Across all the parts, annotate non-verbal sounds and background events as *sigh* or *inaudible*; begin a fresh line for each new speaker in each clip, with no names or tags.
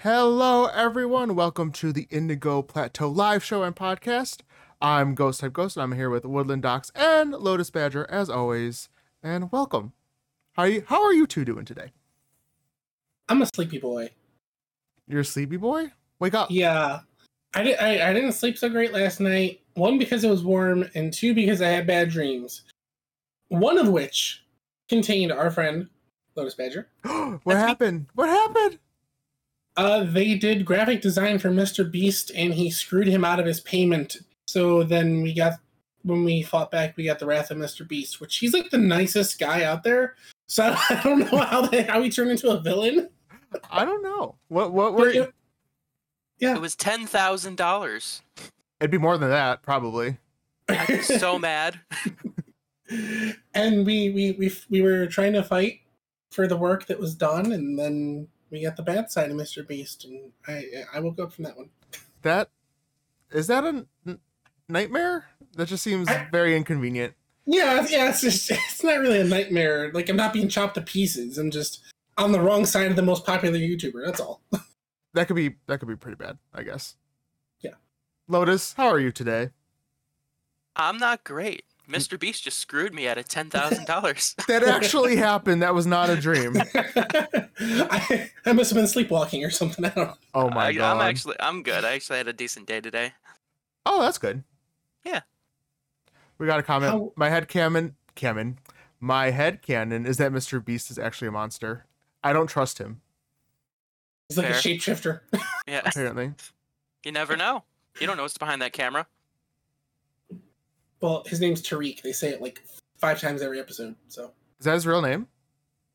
Hello, everyone. Welcome to the Indigo Plateau live show and podcast. I'm Ghost Type Ghost, and I'm here with Woodland Docs and Lotus Badger, as always. And welcome. How are you, how are you two doing today?
I'm a sleepy boy.
You're a sleepy boy? Wake up.
Yeah, I, di- I I didn't sleep so great last night. One because it was warm, and two because I had bad dreams. One of which contained our friend Lotus Badger.
*gasps* what happened? What happened?
Uh, they did graphic design for Mr. Beast, and he screwed him out of his payment. So then we got when we fought back, we got the wrath of Mr. Beast, which he's like the nicest guy out there. So *laughs* I don't know how they, how he turned into a villain.
I don't know. What what were you?
Yeah.
It was ten thousand dollars.
It'd be more than that, probably.
I'm so *laughs* mad.
and we, we we we were trying to fight for the work that was done, and then we got the bad side of Mr. Beast, and I I woke up from that one.
That is that a n- nightmare? That just seems
I-
very inconvenient.
Yeah, it's- yeah, it's just it's not really a nightmare. Like I'm not being chopped to pieces. I'm just on the wrong side of the most popular YouTuber. That's all. *laughs*
That could be that could be pretty bad, I guess.
Yeah.
Lotus, how are you today?
I'm not great. Mr. Beast just screwed me out of ten thousand dollars.
That actually happened. That was not a
*laughs*
dream.
I, I must have been sleepwalking or something. I don't. know.
Oh my
*laughs* I,
god.
I'm actually I'm good. I actually had a decent day today.
oh, that's good.
Yeah.
We got a comment.
How-
My head cannon, cannon. My head cannon is that Mr. Beast is actually a monster. I don't trust him.
He's like a
Fair.
shapeshifter.
Yeah.
Apparently,
You never know. You don't know what's behind that camera.
Well, his name's Tariq. They say it like five times every episode. So
is that his real name?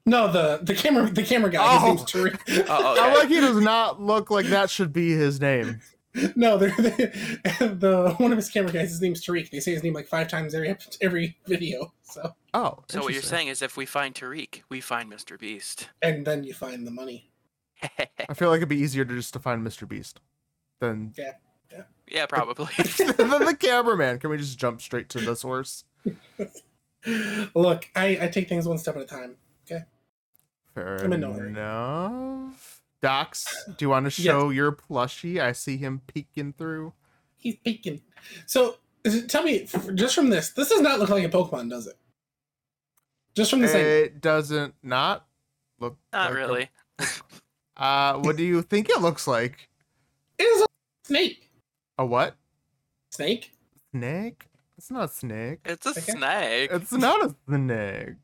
no, the the camera the camera guy.
Oh.
His name's Tariq.
*laughs*
Oh,
I'm
okay.
like he does not look like that should be his name.
No, *laughs* they're, they the one of his camera guys. His name's Tariq. They say his name like five times every ep- every video. So,
Oh,
So what you're
interesting.
saying is, if we find Tariq, we find Mr. Beast.
and then you find the money. *gasps*
I feel like it'd be easier to just to find Mr. Beast than *laughs*
yeah, probably. *laughs*
than the cameraman. Can we just jump straight to the source?
Look, I, I take things one step at a time.
Fair
I'm in no hurry.
enough. Docs, do you want to
Yes.
show your plushie? I see him peeking through.
He's peeking. So, is it, tell me f- just from this, this does not look like a Pokemon, does it? Just from this
Uh,
angle.
It doesn't not look. like
Not
a-
really.
uh,
*laughs*
what do you think it looks like?
it is a snake.
A what?
Snake.
Snake? It's not a snake.
It's a
Okay.
snake.
It's not a snake.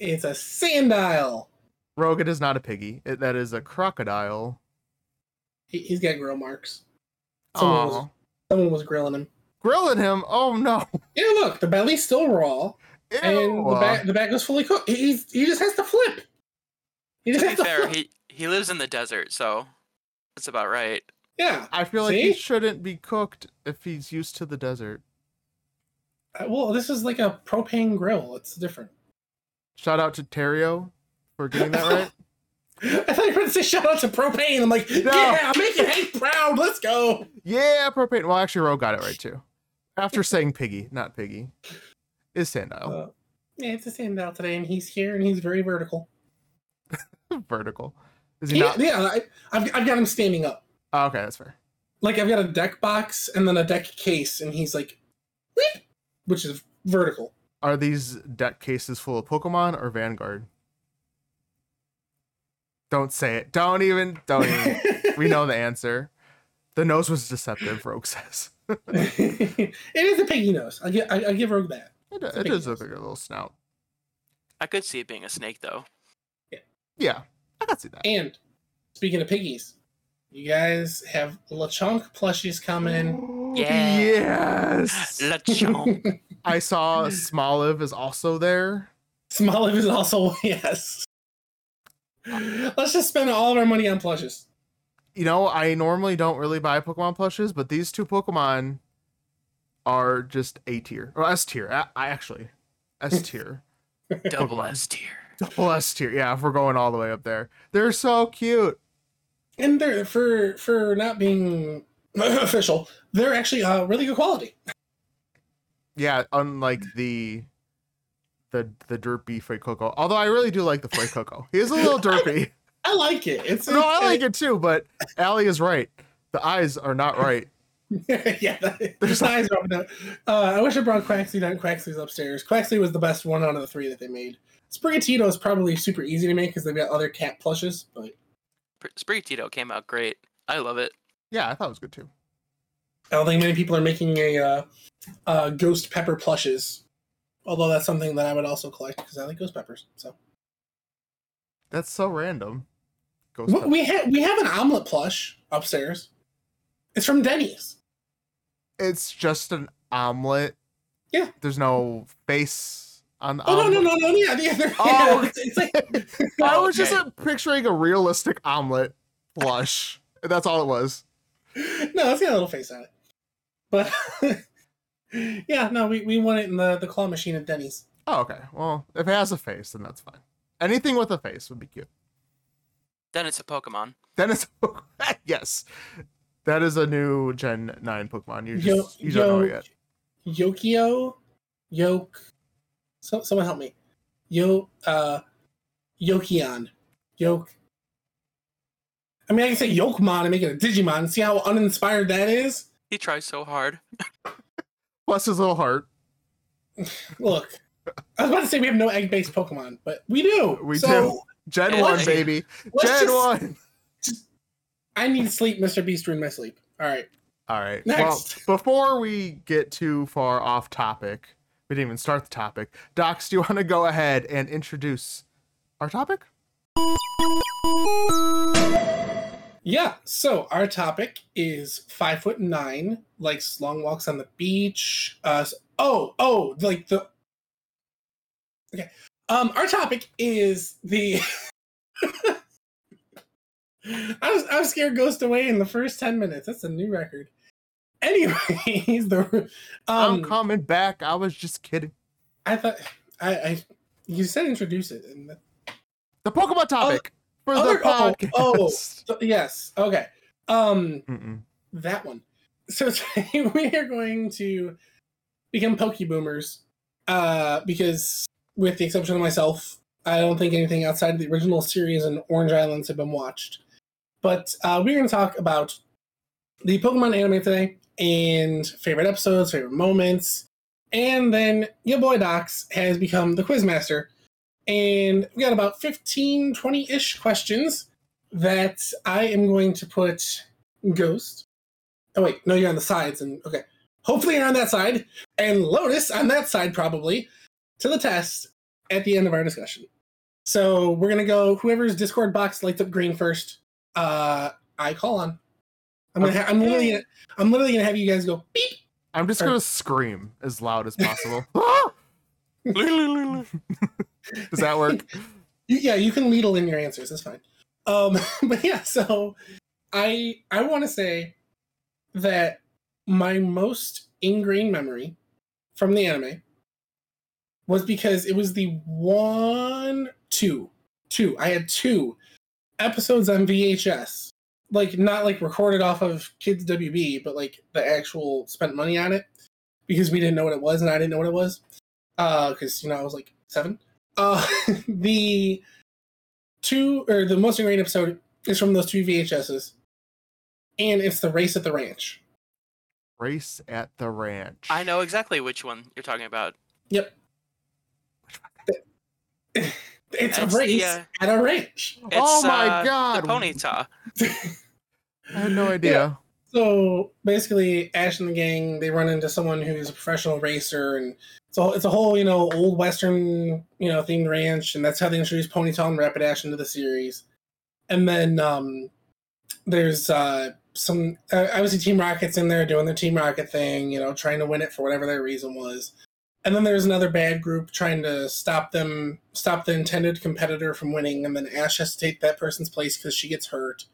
It's a sandile.
Rogan is not a piggy. It, that is a crocodile.
He, he's got grill marks. Someone was,
Oh,
someone was grilling him.
grilling him. Oh no.
Yeah, look, the belly's still raw. and
Ew.
the back the back was fully cooked. He, he's- he just has to flip. He just
to
*laughs*
be
has to
fair,
flip.
he he lives in the desert, so that's about right.
yeah.
I feel like he
See?
shouldn't be cooked if he's used to the desert.
Uh, Well, this is like a propane grill. It's different. *laughs*
Shout out to Terrio for getting that right.
I thought you were going to say shout out to propane. I'm like, yeah, I'm making Hank proud. Let's go.
Yeah, propane. Well, actually, Ro got it right too. After saying piggy, not piggy, is sandile
Uh, yeah, it's a standout today, and he's here, and he's very vertical. Uh.
vertical? Is he
He, *laughs*
not?
yeah, I, I've, I've got him standing up.
Oh, okay, that's fair.
Like I've got a deck box and then a deck case, and he's like, "Weep," which is vertical.
Are these deck cases full of Pokemon or Vanguard? Don't say it. Don't even. Don't even. we know the answer. The nose was deceptive. Rogue
*laughs*
says
*laughs* it is a piggy nose. I give, I, I give Rogue that.
it,
a
it
big
does
nose.
look like a little snout.
I could see it being a snake though.
Yeah, I can see that.
And speaking of piggies, you guys have LeChonk plushies coming.
Yeah.
Yes.
*laughs* Lechon.
I saw Smoliv is also there.
Smoliv is also *laughs* yes. Let's just spend all of our money on plushes.
you know, I normally don't really buy Pokemon plushes, but these two Pokemon are just A tier or S tier. I, I actually *laughs* S tier,
Double
Pokemon.
S tier.
double S tier. Yeah, if we're going all the way up there, they're so cute.
And they're for for not being *laughs* official, they're actually uh, really good quality.
Yeah, unlike the the the derpy Fray Coco. Although *laughs* I really do like the Fray Coco. He is a little derpy.
I like it. It's
*laughs* No, I like it too, but Allie is right. The eyes are not right.
*laughs* yeah, *laughs* that,
*laughs*
the size of the- Uh, I wish I brought Quaxley down. Quaxley's upstairs. Quaxley was the best one out of the three that they made. Sprigatito is probably super easy to make because they've got other cat plushes, but
Pr- Sprigatito came out great. I love it.
Yeah, I thought it was good too.
I don't think many people are making a uh, uh, ghost pepper plushes. Although that's something that I would also collect because I like ghost peppers. So
That's so random. Ghost
we,
pepper.
we have we have an omelet plush upstairs. It's from Denny's.
it's just an omelet.
Yeah.
There's no face on the
Oh no
omelet.
no no no yeah, the other
Oh.
yeah, it's, it's like *laughs*
I
Oh,
was just
okay.
uh, picturing a realistic omelet flush. That's all it was.
no, it's got a little face on it. But *laughs* yeah, no, we, we won it in the, the claw machine at Denny's.
Oh, okay. Well, if it has a face, then that's fine. Anything with a face would be cute.
Then it's a Pokemon.
Then it's *laughs* yes. That is a new Gen 9 Pokemon. You
Yo-
just you don't know it
yo-
yet.
Yokio, Yoke. So, someone help me. Yo, uh, Yokion, Yoke. I mean, I can say Yokemon and make it a Digimon. See how uninspired that is?
He tries
*laughs*
so hard.
Plus his little heart.
Look, I was about to say we have no egg-based Pokemon, but we do.
We
so
Gen
And-
1, baby.
Let's
Gen
just,
1.
I need sleep, Mr. Beast. Ruined my sleep. All right.
All right.
Next. *laughs*
Well, before we get too far off topic, we didn't even start the topic. Docs, do you want to go ahead and introduce our topic?
Yeah. So our topic is five foot nine, likes long walks on the beach. Uh, s- oh, oh, like the. Okay. Um, our topic is the. *laughs* I was I was scared ghost away in the first ten minutes. That's a new record. Anyways, *laughs* the
I'm
um,
coming back. I was just kidding.
I thought I, I you said introduce it and that-
The Pokemon topic for
other-
the
oh,
podcast.
oh. so- yes okay um
*laughs* Mm-mm.
that one. So *laughs* today we are going to become Poke Boomers uh, because, with the exception of myself, I don't think anything outside of the original series and Orange Islands have been watched. But uh, we're going to talk about the Pokemon anime today and favorite episodes, favorite moments, and then your boy Docs has become the quiz master. And we got about 15, 20 ish questions that I am going to put Ghost. Oh wait, no, you're on the sides, and okay. Hopefully you're on that side, and Lotus on that side probably to the test at the end of our discussion. So we're gonna go. Whoever's Discord box lights up green first, uh, I call on. I'm gonna. Ha- I'm literally. Gonna, I'm literally gonna have you guys go beep.
I'm just
Or-
gonna scream as loud
*laughs*
as possible. *laughs* Ah! Does that
*laughs*
work?
You- yeah, you can needle in your answers. That's fine. Um, *laughs* but yeah, so I I want to say that my most ingrained memory from the anime was because it was the one two two I had two episodes on VHS, like not like recorded off of Kids WB, but like the actual spent money on it because we didn't know what it was and I didn't know what it was because you know I was like seven uh *laughs* the two or the most ingrained episode is from those two VHSs, and it's the race at the ranch.
Race at the ranch.
I know exactly which one you're talking about.
*laughs* It's
That's
a
the,
race
uh,
at a ranch.
It's,
Oh my
uh,
god.
The Ponyta.
I had no idea.
So basically, Ash and the gang they run into someone who's a professional racer, and so it's a whole you know old western you know themed ranch, and that's how they introduce Ponytail and Rapidash into the series. And then um, there's uh, some uh, obviously Team Rocket's in there doing their Team Rocket thing, you know, trying to win it for whatever their reason was. And then there's another bad group trying to stop them, stop the intended competitor from winning, and then Ash has to take that person's place because she gets hurt.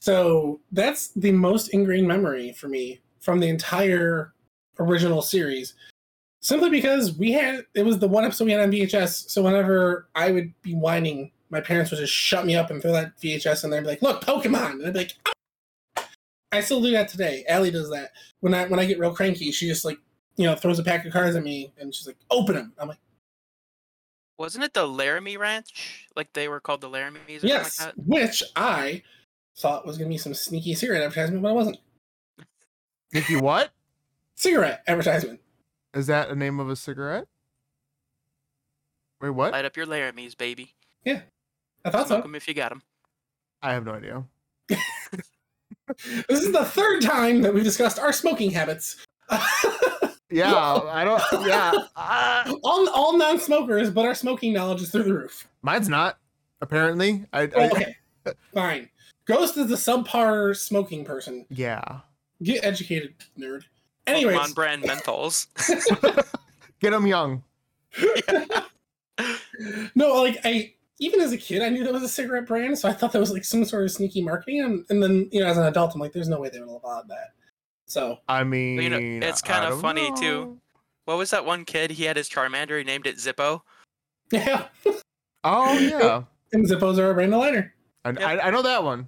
So that's the most ingrained memory for me from the entire original series. Simply because we had it was the one episode we had on VHS, so whenever I would be whining, my parents would just shut me up and throw that VHS in there and be like, look, Pokemon and I'd be like "Ah!" I still do that today. Allie does that. When I when I get real cranky, she just like, you know, throws a pack of cards at me and she's like, open them. I'm like,
Wasn't it the Laramie Ranch? Like they were called the Laramies or
yes,
something like
which I thought was going to be some sneaky cigarette advertisement, but it wasn't.
Nikki, what
Cigarette advertisement.
is that? A name of a cigarette? Wait,
that?
what?
Light up your Laramies, baby.
I thought
Smoke
so.
'em if you got 'em.
I have no idea.
This is the third time that we've discussed our smoking habits. *laughs*
*laughs* Yeah, I don't. Yeah,
Ah,
all all non smokers, but our smoking knowledge is through the roof.
mine's not. Apparently, I. I
Okay, fine. Ghost is the subpar smoking person.
yeah,
Get educated, nerd.
on
Anyways,
brand menthols.
get them young.
*laughs* no, like I even as a kid, I knew that was a cigarette brand, so I thought that was like some sort of sneaky marketing. And, and then you know, as an adult, I'm like, there's no way they would have allowed that. So
I mean,
know, it's
I
kinda
don't
funny, too.
know.
What was that one kid? He had his Charmander. He named it Zippo.
yeah,
Oh yeah,
and Zippos are a brand of lighter.
I,
Yep.
I, I know that one.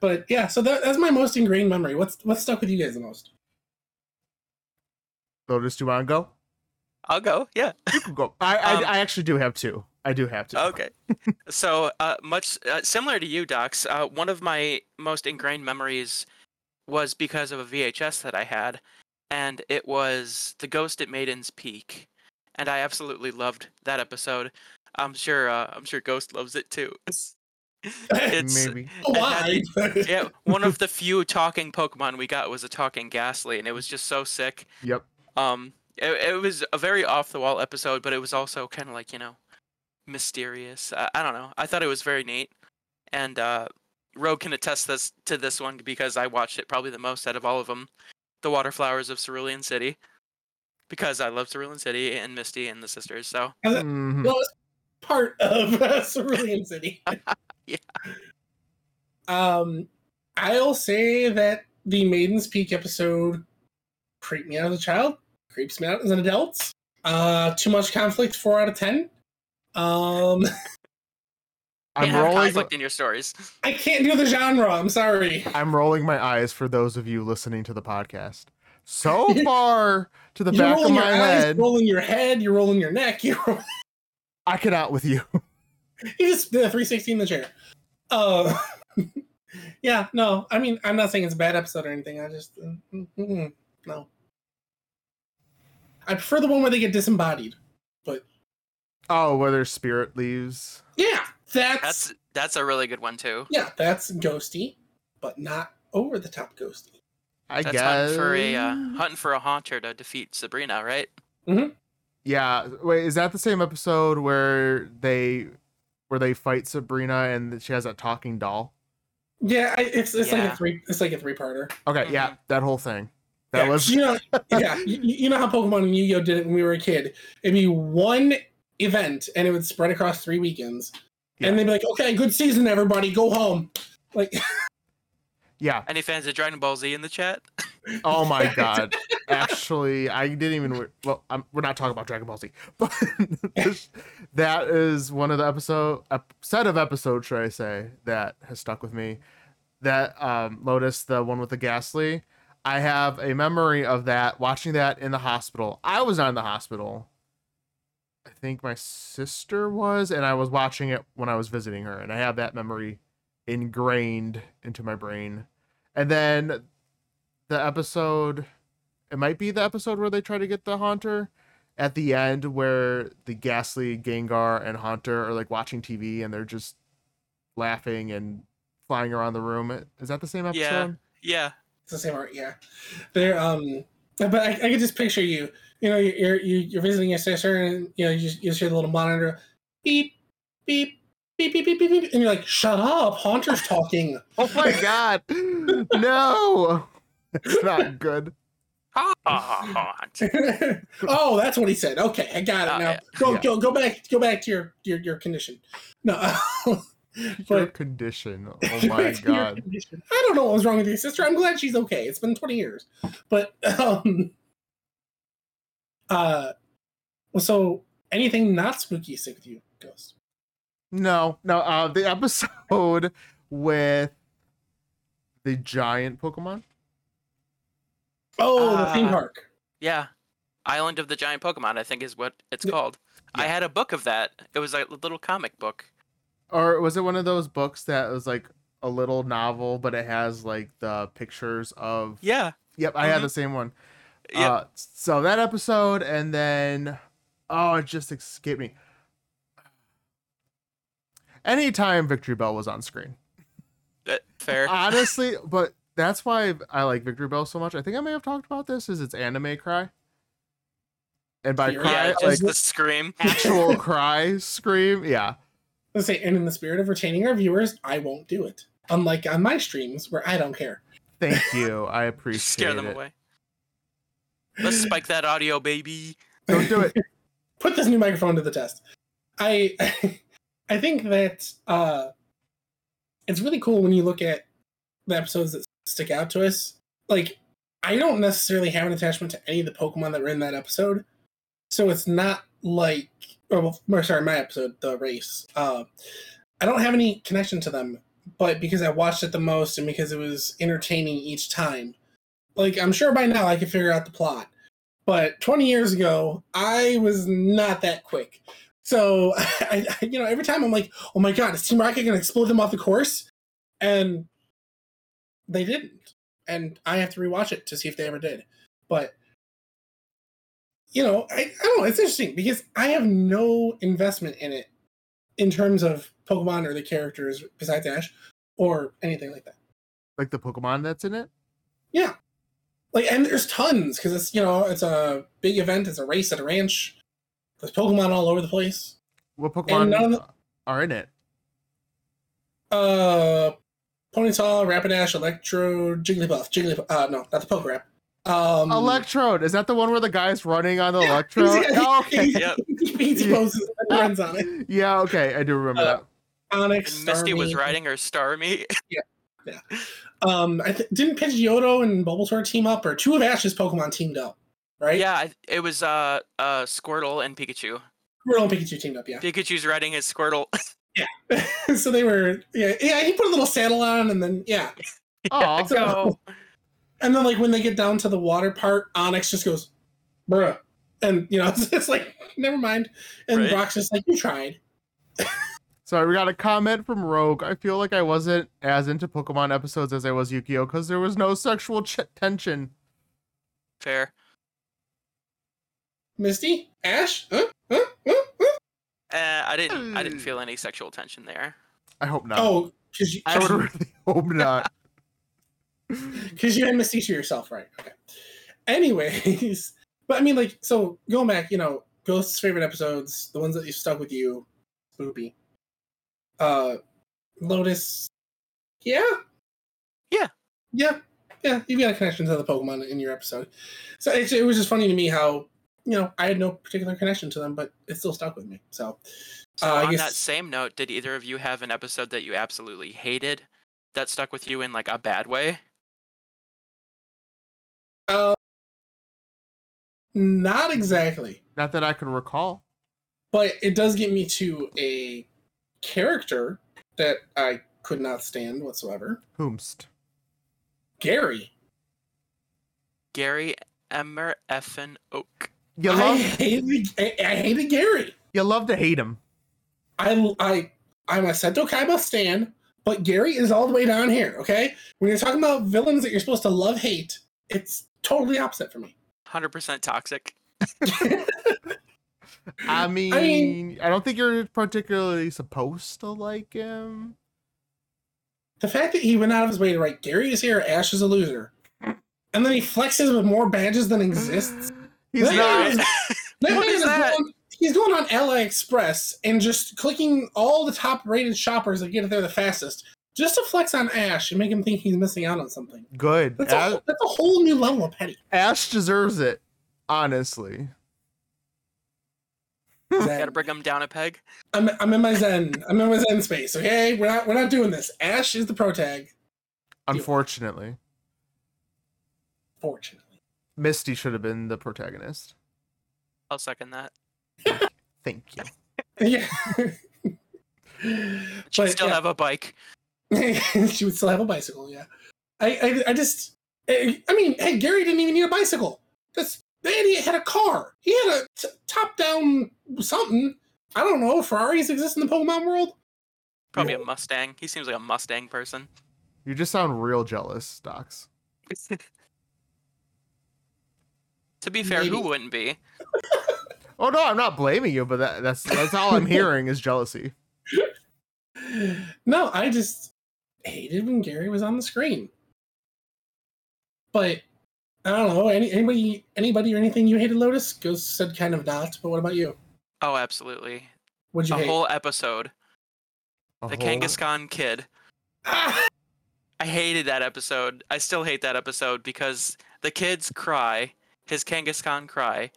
But yeah, so that, that's my most ingrained memory. What's what stuck with you guys the most?
Lotus, do you want to go?
I'll go. Yeah.
You can go. I, I,
Um,
I actually do have two. I do have two.
Okay. so uh, much uh, similar to you, Docs. Uh, one of my most ingrained memories was because of a VHS that I had, and it was The Ghost at Maiden's Peak, and I absolutely loved that episode. I'm sure. Uh, I'm sure Ghost loves it too. It's
Maybe.
Why?
*laughs*
*laughs*
yeah. One of the few talking Pokemon we got was a talking Ghastly, and it was just so sick. *laughs*
Yep.
Um, it, it was a very off the wall episode, but it was also kind of like you know, mysterious. I, I don't know. I thought it was very neat, and uh, Rogue can attest this to this one because I watched it probably the most out of all of them. The Water Flowers of Cerulean City, because I love Cerulean City and Misty and the sisters. So
Uh,
Mhm.
lowest part of *laughs* uh, Cerulean City.
Yeah.
Um, I'll say that the Maiden's Peak episode creeped me out as a child, creeps me out as an adult. Uh, too much conflict, four out of ten. Um, *laughs*
I'm
can't have
rolling.
conflict in your stories.
I can't do the genre. I'm sorry.
I'm rolling my eyes for those of you listening to the podcast. *laughs* So far to the back of
rolling
my
your eyes,
head,
rolling your head, you're rolling your neck, *laughs* you're rolling,
I cannot with you. *laughs*
you just did a 360 in the chair. Uh, *laughs* yeah, no, I mean, I'm not saying it's a bad episode or anything. I just, mm, mm, mm, no. I prefer the one where they get disembodied.
Oh, where their spirit leaves.
Yeah, that's,
That's that's a really good one too.
yeah, that's ghosty, but not over the top ghosty.
I
That's
guess.
hunting for a uh, hunting for a haunter to defeat Sabrina, right?
yeah. Wait, is that the same episode where they where they fight Sabrina and she has that talking doll?
Yeah, I, it's it's like
Yeah.
a three it's like a three parter.
Okay, yeah, that whole thing. That
yeah,
was
*laughs* you know, yeah, you, you know how Pokemon and Yu-Gi-Oh did it when we were a kid. It'd be one event and it would spread across three weekends, and
Yeah.
they'd be like, "Okay, good season, everybody, go home." Like, *laughs*
yeah.
Any fans of Dragon Ball Z in the chat?
Oh my god. Actually, I didn't even. Well, I'm, we're not talking about Dragon Ball Z, *laughs* but this- that is one of the episode ep- set of episodes, should I say, that has stuck with me. That um, Lotus, the one with the ghastly, I have a memory of that. Watching that in the hospital, I was not in the hospital. I think my sister was, and I was watching it when I was visiting her, and I have that memory ingrained into my brain. And then the episode it might be the episode where they try to get the haunter at the end where the ghastly gengar and haunter are like watching tv and they're just laughing and flying around the room is that the same episode
Yeah. Yeah.
It's the same art, yeah. They're um, but I, I could just picture you. You know, you're you're, you're visiting your sister, and you know, you just you just hear the little monitor, beep, beep, beep, beep, beep, beep, beep, and you're like, "Shut up, Haunter's talking."
oh my god no it's not good
Ha ha ha haunt.
*laughs* oh, that's what he said. Okay, I got
Ah,
it now.
yeah.
Go
Yeah.
go go back go back to your your, your condition. No, *laughs*
your
But-
condition
*laughs*
oh my
Back to your
god
condition. I don't know what was wrong with your sister. I'm glad she's okay. It's been 20 years. But *laughs* um uh well, so anything not spooky stick with you, Ghost.
no no uh the episode *laughs* with the giant pokemon
Oh, the theme
Uh,
park. Oh,
Yeah. Island of the Giant Pokemon, I think is what it's
Yeah.
called. I had a book of that. It was like a little comic book.
Or was it one of those books that was like a little novel, but it has like the pictures of?
Yeah.
Yep, I had
Mhm.
the same one.
Yeah.
Uh, so that episode, and then oh, it just escaped me. Anytime Victory Bell was on screen,
Uh, fair.
honestly, but that's why I like Victory Bell so much. I think I may have talked about this. Is it's anime cry, and by
Yeah,
cry,
yeah,
right,
like
just the scream.
actual cry scream. Yeah,
Let's say, and in the spirit of retaining our viewers, I won't do it. Unlike on my streams where I don't care.
thank you. I appreciate
Just *laughs* scare them
it.
away. Let's spike that
*laughs*
audio, baby.
Don't do it.
put this new microphone to the test. I *laughs* I think that uh, it's really cool when you look at the episodes that stick out to us. Like I don't necessarily have an attachment to any of the Pokemon that were in that episode, so it's not like or, well, or sorry, my episode, the race. Uh, I don't have any connection to them, but because I watched it the most and because it was entertaining each time, like I'm sure by now I can figure out the plot but 20 years ago i was not that quick so *laughs* I, I- you know every time i'm like oh my god is team rocket going to explode them off the course and they didn't and i have to rewatch it to see if they ever did but you know i, I don't know it's interesting because i have no investment in it in terms of pokemon or the characters besides ash or anything like that
Like the Pokemon that's in it.
like and there's tons because it's you know it's a big event it's a race at a ranch there's pokemon all over the place
What
And none of
Pokemon
the-
are in it?
uh ponytail rapidash electro jigglypuff jigglypuff uh no not the poke rap um *laughs*
Electrode. Is that the one where the guy's running on the Electrode? Oh, okay.
he,
Yep.
he, he poses and runs on it
Yeah, okay. I do remember
Uh,
that.
onyx
And Misty was
Starmie.
riding her Starmie.
um i th- didn't pidgeotto and bulbasaur team up or two of ash's pokemon teamed up right
Yeah, I- it was uh uh Squirtle and Pikachu.
we're all pikachu teamed up yeah *laughs*
Pikachu's riding his Squirtle.
so they were yeah yeah he put a little saddle on and then yeah
Oh,
So- And then like when they get down to the water part, Onyx just goes, bruh. And you know, *laughs* it's, it's like, never mind. And
Right.
Brock's just like, you tried.
sorry. We got a comment from Rogue. I feel like I wasn't as into Pokemon episodes as I was Yukio because there was no sexual ch- tension.
*laughs* Fair.
Misty? Ash? Huh? Huh? Huh? Huh?"
Uh, I didn't. I didn't
Mm.
feel any sexual tension there.
I hope not.
Oh, because you,
Um, I would really *laughs* hope not.
'cause you had Misty to yourself, right? Okay. Anyways, *laughs* but I mean, like, so going back, you know, Ghost's favorite episodes, the ones that you stuck with you, Spoopy, uh, Lotus, yeah,
Yeah.
yeah, yeah. You've got a connection to the Pokemon in your episode, so it, it was just funny to me how you know I had no particular connection to them, but it still stuck with me. So,
So
Uh, I
on that
guess-
same note, did either of you have an episode that you absolutely hated that stuck with you in like a bad way?
uh, not exactly.
Not that I can recall.
but it does get me to a character that I could not stand whatsoever.
Whomst.
Gary.
Gary Emmer effin Oak.
You *laughs*
I
love
hated, I, I hated Gary.
you love to hate him.
I I I'm a Sento Kaiba stan, but Gary is all the way down here. Okay, when you're talking about villains that you're supposed to love hate, it's totally opposite for me.
Hundred percent toxic.
I mean, I
mean-
don't think you're particularly supposed to like him.
The fact that he went out of his way to write Gary is here, Ash is a loser, and then he flexes with more badges than exists.
*laughs* He's
Yeah.
not.
That
What
man
is that?
Going, he's going on AliExpress and just clicking all the top rated shoppers that get it there the fastest just to flex on Ash and make him think he's missing out on something.
Good.
That's,
Ash,
a, that's a whole new level of petty.
Ash deserves it, honestly.
Hmm. Gotta bring him down a peg.
I'm, I'm in my zen. I'm in my zen space, okay? We're not, we're not doing this. Ash is the pro tag,
Unfortunately.
fortunately. *laughs*
Misty should have been the protagonist.
I'll second that.
Thank you.
Yeah.
She
But,
still
yeah.
have a bike.
*laughs* she would still have a bicycle. Yeah, I, I, I just, I, I mean, hey, Gary didn't even need a bicycle. That's The idiot had a car. He had a t- top-down something. I don't know. Ferraris exist in the Pokemon world. *sighs*
Probably a Mustang. He seems like a Mustang person. *laughs*
You just sound real jealous, Docs.
to be fair, who
Maybe.
wouldn't be?
Oh no, I'm not blaming you, but that, that's that's all
*laughs*
I'm hearing is jealousy.
No, I just hated when Gary was on the screen. But I don't know. Any, anybody, anybody, or anything you hated, Lotus? Ghost said kind of not. But what about you?
Oh, absolutely.
What'd you
A
hate?
whole episode.
A
The
whole-
Kangaskhan kid.
Ah!
I hated that episode. I still hate that episode because the kids cry, his Kangaskhan cry,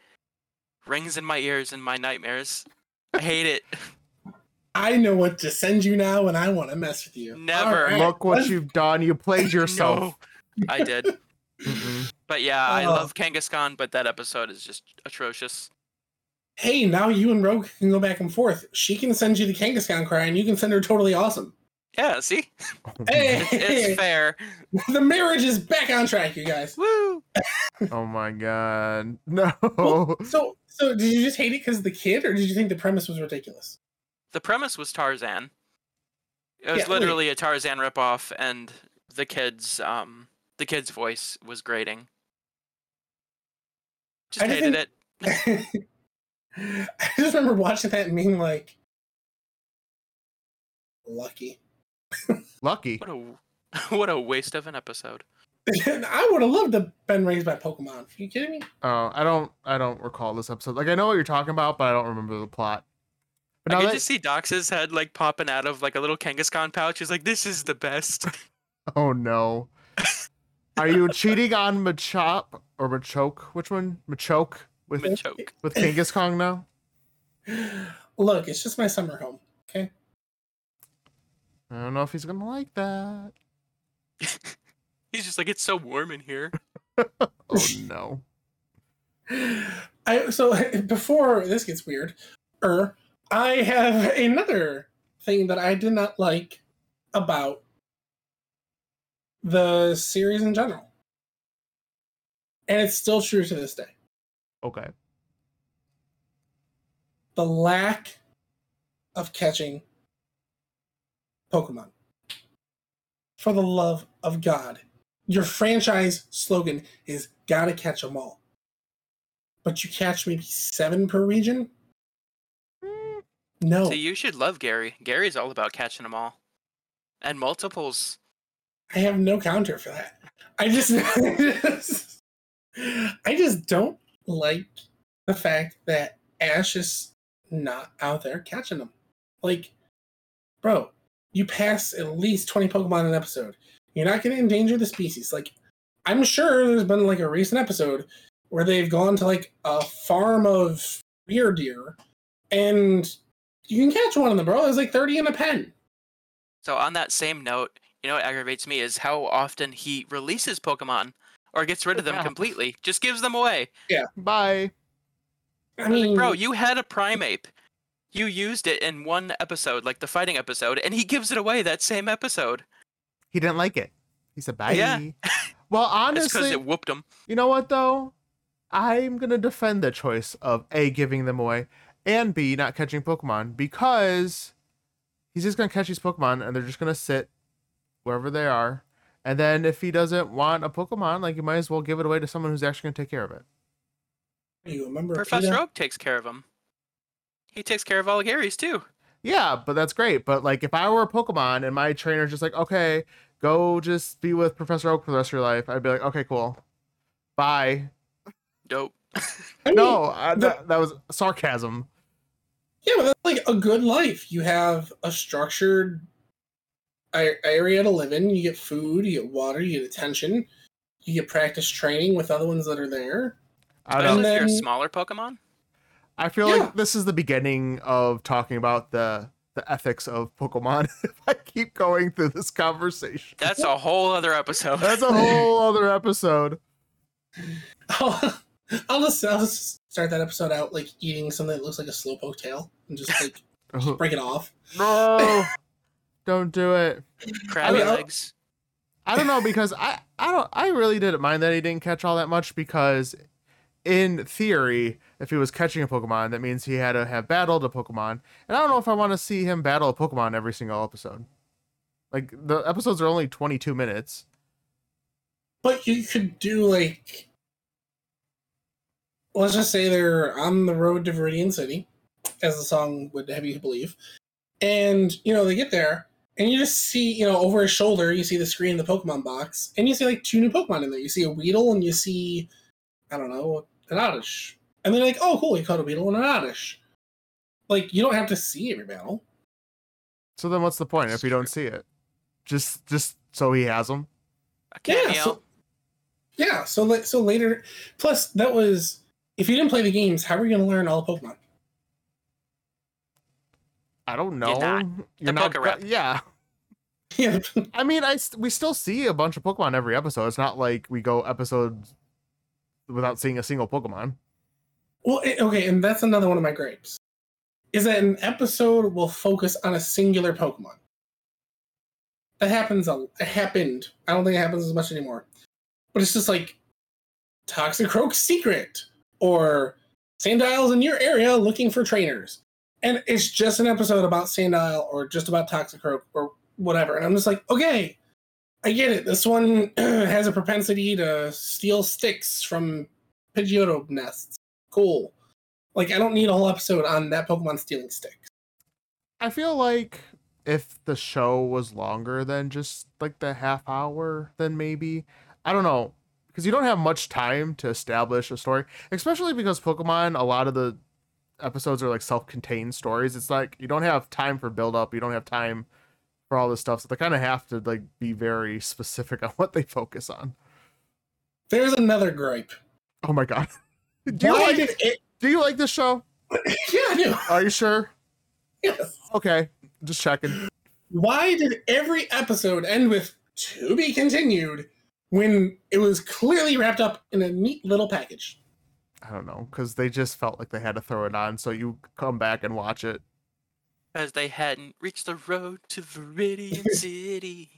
rings in my ears and my nightmares. I hate it.
*laughs* I know what to send you now, and I want to mess with you.
Never.
All
Look what you've done. You
*laughs*
played yourself.
No, *laughs* I did.
Mm-mm.
But yeah, I
Oh.
love Kangaskhan, but that episode is just atrocious.
Hey, now you and Rogue can go back and forth. She can send you the Kangaskhan cry, and you can send her totally awesome. *laughs*
Yeah, see?
Hey,
It's, it's fair.
the marriage is back on track, you guys.
Woo!
*laughs* Oh my god. *laughs* No.
*laughs*
Well, So, so did you just hate it because of the kid, or did you think the premise was ridiculous? *laughs*
The premise was Tarzan. It was
Yeah, wait.
literally a Tarzan ripoff, and the kids, um, the kid's voice was grating. Just
I just
hated
think-
it.
I just remember watching that and being like, lucky. *laughs*
Lucky.
What a *laughs* what a waste of an episode.
I would have loved to have been raised by Pokemon. Are you kidding me?
Oh, I don't I don't recall this episode. Like I know what you're talking about, but I don't remember the plot. But
I
now
could
that,
just see Dox's head like popping out of like a little Kangaskhan pouch. He's like, "This is
*laughs*
the best."
*laughs* Oh no.
*laughs*
Are you cheating on Machop or Machoke? Which one? Machoke with
Machoke.
with Kangaskong now?
Look, it's just my summer home.
I don't know if he's gonna like that.
He's just like, "It's so warm in here."
Oh
*laughs*
no.
I so *laughs* before this gets weird, er, I have another thing that I did not like about the series in general. And it's still true to this day.
Okay.
the lack of catching Pokemon. For the love of God. Your franchise slogan is gotta catch 'em all. But you catch maybe seven per region? No.
Oh.
So you should love Gary. Gary's all about catching them all, and multiples.
I have no counter for that. I just, *laughs* I just don't like the fact that Ash is not out there catching them. Like, bro, you pass at least twenty Pokemon an episode. You're not going to endanger the species. Like, I'm sure there's been like a recent episode where they've gone to like a farm of weird deer, and you can catch one of them, bro. There's like thirty in a pen.
So on that same note, you know what aggravates me is how often he releases Pokemon or gets rid of
*laughs*
them
Yeah.
completely. Just gives them away.
Bye.
I
I was
Mm.
like,
mean,
bro, you had a Primeape. You used it in one episode, like the fighting episode, and he gives it away that same episode.
He didn't like it. He said bye.
Yeah. *laughs*
Well,
That's because
honestly,
it whooped him.
You know what though? I'm gonna defend the choice of A giving them away and B not catching Pokemon because he's just gonna catch these Pokemon and they're just gonna sit wherever they are. And then if he doesn't want a Pokemon, like you might as well give it away to someone who's actually gonna take care of it.
you remember
Professor
Peta?
Oak takes care of him. He takes care of all Gary's too.
Yeah, but that's great. But like if I were a Pokemon and my trainer's just like, okay, go just be with Professor Oak for the rest of your life, I'd be like, okay, cool. Bye.
Dope.
I mean,
No, I,
the-
that, that was sarcasm.
Yeah, but that's like a good life. You have a structured a- area to live in. You get food, you get water, you get attention, you get practice training with other ones that are there. *laughs*
I don't
Especially if Oh, you're a
then-
smaller Pokemon.
I feel
Yeah.
like this is the beginning of talking about the the ethics of Pokemon. *laughs* if I keep going through this conversation,
That's a whole other episode. *laughs*
that's a whole other episode.
I'll, I'll, just, I'll just start that episode out like eating something that looks like a slowpoke tail and just like break it off.
no, *laughs* don't do it.
I
Crabby
mean, uh, I'll-
legs.
I don't know because I I don't I really didn't mind that he didn't catch all that much because in theory, if he was catching a Pokemon, that means he had to have battled a Pokemon. And I don't know if I want to see him battle a Pokemon every single episode. Like the episodes are only 22 minutes.
But you could do like, let's just say they're on the road to Viridian City, as the song would have you believe, and you know they get there, and you just see you know over his shoulder you see the screen of the Pokemon box, and you see like two new Pokemon in there. You see a Weedle and you see, I don't know, an Oddish, and they're like, oh cool, you caught a Weedle and an Oddish. Like you don't have to see every battle.
So then what's the point if you don't see it? Just just so he has them?
A cameo.
Yeah. So, yeah. So like so later. Plus that was if you didn't play the games, how are you going to learn all the Pokemon? *laughs*
I don't know.
You're not.
You're
The
not-
poker rep.
yeah.
Yeah.
I mean, I st- we still see a bunch of Pokemon every episode. It's not like we go episodes without seeing a single Pokemon.
Well, it, okay, and that's another one of my gripes. Is that an episode will focus on a singular Pokemon? That happens. A, it happened. I don't think it happens as much anymore. But it's just like Toxicroak's secret, or Sandil's in your area looking for trainers, and it's just an episode about Sandile or just about Toxicroak or whatever. And I'm just like, okay, I get it. This one *clears throat* has a propensity to steal sticks from Pidgeotto nests cool. Like I don't need a whole episode on that Pokemon stealing sticks.
I feel like if the show was longer than just like the half hour, then maybe I don't know because you don't have much time to establish a story, especially because Pokemon. A lot of the episodes are like self-contained stories. It's like you don't have time for build-up. You don't have time for all this stuff. So they kind of have to like be very specific *laughs* on what they focus on.
There's another gripe.
Oh my god. *laughs* Do you
Why
like
did it? *laughs*
Do you like this show?
Yeah, I do.
Are you sure?
Yes.
Okay, just checking.
Why did every episode end with "to be continued" when it was clearly wrapped up in a neat little package?
I don't know because they just felt like they had to throw it on, so you come back and watch it.
Because they hadn't reached the road
*laughs*
to Viridian City.
Pretty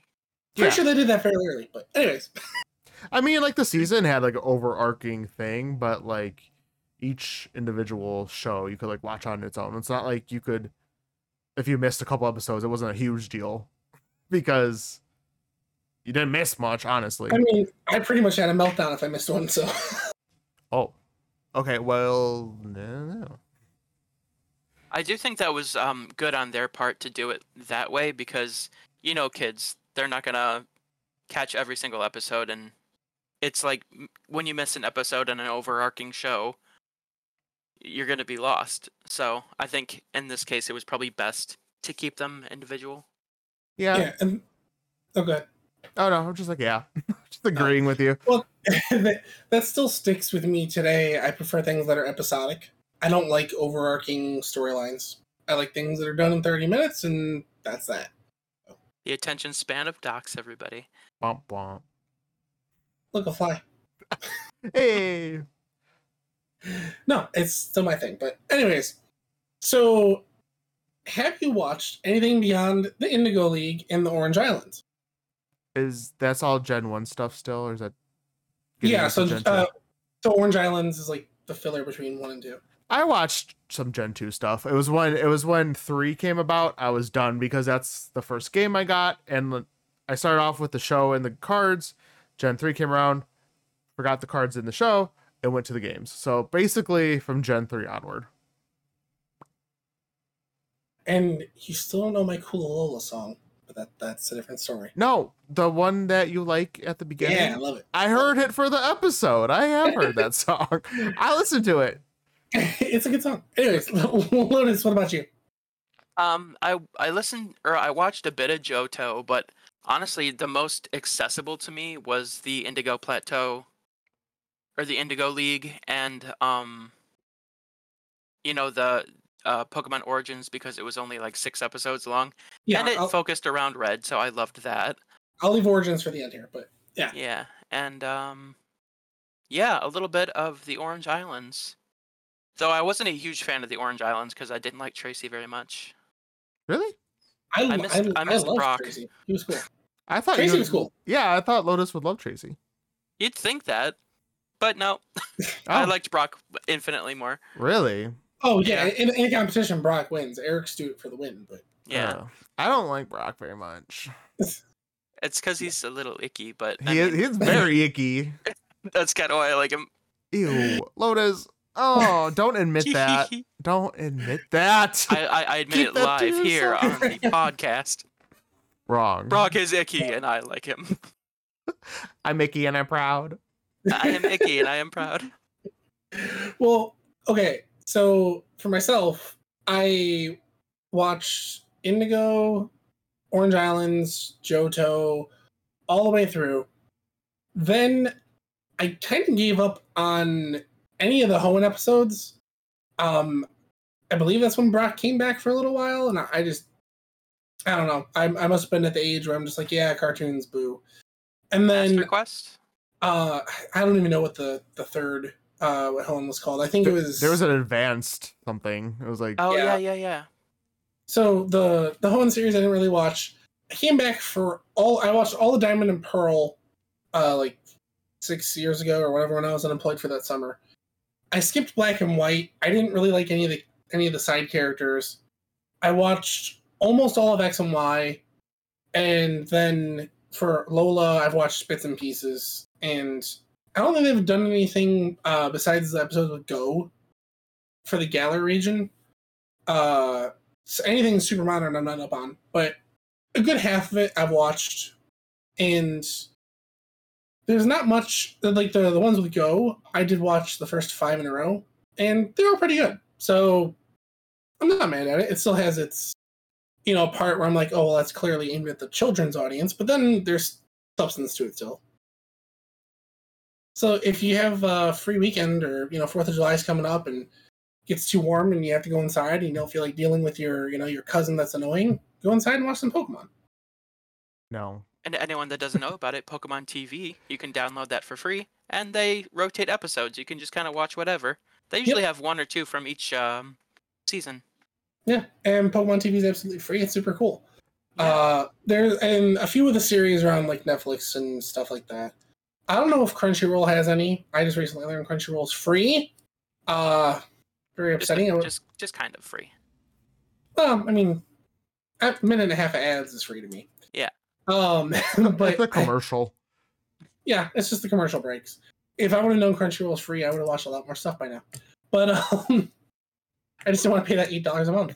Yeah.
sure they did that fairly early, but anyways,
I mean, like the season had like an overarching thing, but like each individual show you could like watch on its own. It's not like you could, if you missed a couple episodes, it wasn't a huge deal because you didn't miss much, honestly.
I mean, I pretty much had a meltdown if I missed one. So *laughs*
Oh, okay. Well, no, no.
I do think that was um, good on their part to do it that way because you know kids they're not gonna catch every single episode and it's like m- when you miss an episode in an overarching show you're gonna be lost. So I think in this case it was probably best to keep them individual.
yeah.
yeah, and oh god,
Oh no, I'm just like yeah, *laughs* just
Uh,
agreeing with you.
that, *laughs* that still sticks with me today. I prefer things that are episodic. I don't like overarching storylines. I like things that are done in 30 minutes, and that's that.
The attention span of docs, everybody.
Bump bump.
Look, a fly.
Hey.
No, it's still my thing. But, anyways, so have you watched anything beyond the Indigo League and the Orange Islands?
is that's all Gen One stuff still, or is that? getting
yeah,
into
so
Gen 2?
uh, the Orange Islands is like the filler between one and two.
I watched some Gen Two stuff. It was when it was when three came about. I was done because that's the first game I got, and l- I started off with the show and the cards. Gen Three came around, forgot the cards in the show, and went to the games. So basically, from Gen Three onward.
And you still don't know my Cool Lola song, but that, that's a different story.
No, the one that you like at the beginning.
Yeah, I love it.
I heard it for the episode. I have heard
*laughs*
that song. I listened to it.
it's a good song. Anyways, *laughs* Lotus, what about you?
Um, I I listened or I watched a bit of Johto, but honestly, the most accessible to me was the Indigo Plateau, or the Indigo League, and um, you know the uh, Pokemon Origins because it was only like six episodes long,
Yeah, oh.
and it
I'll,
focused around Red, so I loved that.
I'll leave Origins for the end here, but yeah.
Yeah, and um, yeah, a little bit of the Orange Islands, though I wasn't a huge fan of the Orange Islands because I didn't like Tracy very much.
Really?
I,
I missed- I missed
loved
Brock.
Tracy. He was cool.
I thought
Tracy
you
was cool.
Yeah, I thought Lotus would love Tracy.
You'd think that. But no,
Oh.
I liked Brock infinitely more.
really?
Oh yeah,
Yeah.
In, in competition, Brock wins. Eric's due it for the win, but
Yeah,
Oh. I don't like Brock very much.
it's because he's a little icky, but I
He is,
mean,
he's
*laughs*
very icky.
that's kind of why I like him.
Ew, Lotus. Oh, don't
*laughs*
admit that. Don't admit that.
I, I, I admit
Keep
it
that to
live here on
yourself.
the
*laughs*
podcast.
Wrong.
Brock is icky, and I like him.
I'm icky and I'm proud.
I am icky, and I
*laughs*
am proud.
well, okay. So for myself, I watched Indigo, Orange Islands, Johto, all the way through. Then I kind of gave up on any of the Hoenn episodes. Um, I believe that's when Brock came back for a little while, and I, I just, I don't know. I, I must have been at the age where I'm just like, yeah, cartoons, boo. And
Last
then
request.
uh i don't even know what the the third uh what helen was called i think it
There-
was
There was an advanced something. It was like
Oh
Yeah.
yeah, yeah, yeah.
so the the helen series i didn't really watch i came back for all i watched all the diamond and pearl uh like six years ago or whatever when i was unemployed for that summer i skipped black and white i didn't really like any of the any of the side characters i watched almost all of x and y and then for lola i've watched bits and pieces and i don't think they've done anything uh besides the episodes with go for the galar region uh so anything super modern I'm not up on, but a good half of it I've watched, and there's not much like the the ones with Go. I did watch the first five in a row, and they were pretty good. So I'm not mad at it. It still has its you know part where I'm like, oh well, that's clearly aimed at the children's audience, but then there's substance to it still. So if you have a free weekend or you know Fourth of July is coming up and gets too warm and you have to go inside and you don't feel like dealing with your you know your cousin that's annoying go inside and watch some pokemon
no.
And anyone that doesn't know about it, Pokemon TV, you can download that for free, and they rotate episodes. You can just kind of watch whatever. They usually have one or two from each um, season.
yeah and pokemon tv is absolutely free it's super cool
Yeah.
uh there and a few of the series are on like netflix and stuff like that i don't know if crunchyroll has any i just recently learned crunchyroll's free uh very
Just-
upsetting I would-
just, just kind of free.
well i mean a minute and a half of ads is free to me
Yeah.
um *laughs*
But
but
the
*laughs*
commercial.
yeah, it's just the commercial breaks. If I would have known Crunchyroll's free, I would have watched a lot more stuff by now. But um, *laughs* I just didn't want to pay that eight dollars a month.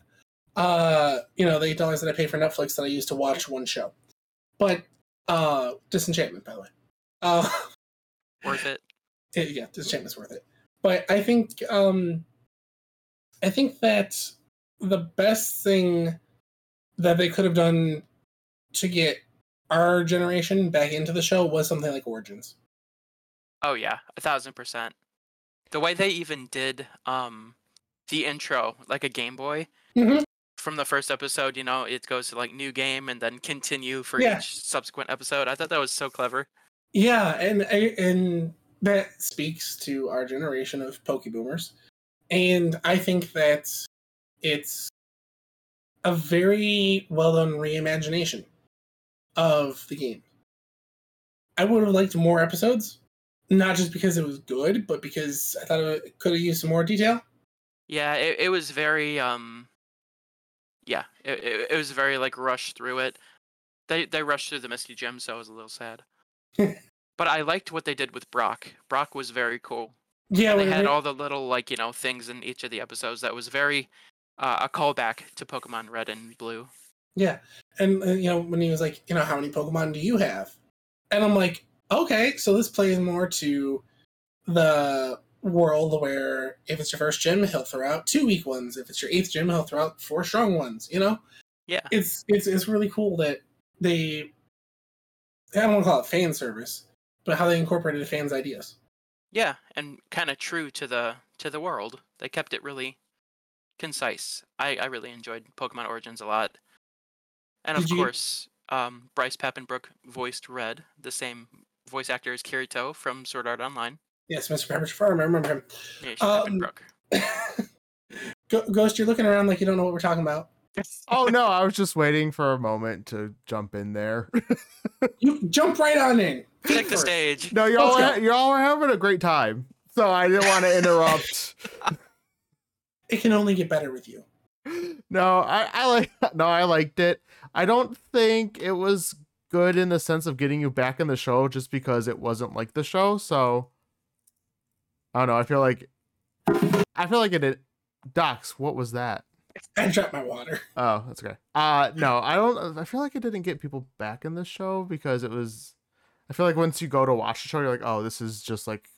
Uh, you know, the eight dollars that I pay for Netflix that I use to watch one show. But uh, Disenchantment, by the way. Uh, *laughs*
Worth it.
it, yeah, Disenchantment's worth it. But I think um, I think that the best thing that they could have done to get our generation back into the show was something like Origins.
Oh yeah, a thousand percent. The way they even did um, the intro, like a Game Boy,
Mhm.
from the first episode, you know, it goes to like new game and then continue for
Yeah.
each subsequent episode. I thought that was so clever.
Yeah, and I- and that speaks to our generation of Poke Boomers, and I think that it's a very well done reimagination of the game. I would have liked more episodes, not just because it was good, but because I thought it could have used some more detail.
Yeah, it, it was very um yeah, it, it, it was very like rushed through it. They they rushed through the Misty Gem, so I was a little sad. but I liked what they did with Brock. Brock was very cool.
Yeah,
they
when
had
it-
all the little like, you know, things in each of the episodes that was very uh, a callback to Pokemon Red and Blue.
Yeah. And, uh, you know, when he was like, you know, how many Pokemon do you have? And I'm like, okay, so this plays more to the world where if it's your first gym, he'll throw out two weak ones. If it's your eighth gym, he'll throw out four strong ones, you know?
Yeah.
It's it's it's really cool that they I don't want to call it fan service, but how they incorporated fans' ideas.
Yeah, and kind of true to the to the world. They kept it really concise. I I really enjoyed Pokemon Origins a lot. And of
Did you-
course, um, Bryce Pappenbrook voiced Red, the same voice actor as Kirito from Sword Art Online.
Yes, Mr. Pepper's Farm, I remember him.
Yeah, it's
Um,
Pappenbrook.
Go- Ghost, you're looking around like you don't know what we're talking about.
Oh no, I was just waiting for a moment to jump in
*laughs*
there.
You jump right on in. Feet
Take the
first.
stage.
No, y'all
Let's
were,
go.
ha- y'all were having a great time. So I didn't
*laughs*
want to interrupt.
It can only get better with you.
no, I, I like *laughs* no, I liked it. I don't think it was good in the sense of getting you back in the show just because it wasn't like the show, so I don't know. I feel like I feel like it, it Docs, what was that?
I dropped my water.
Oh, that's okay. Uh no, I don't I feel like it didn't get people back in the show because it was I feel like once you go to watch the show you're like, "Oh, this is just like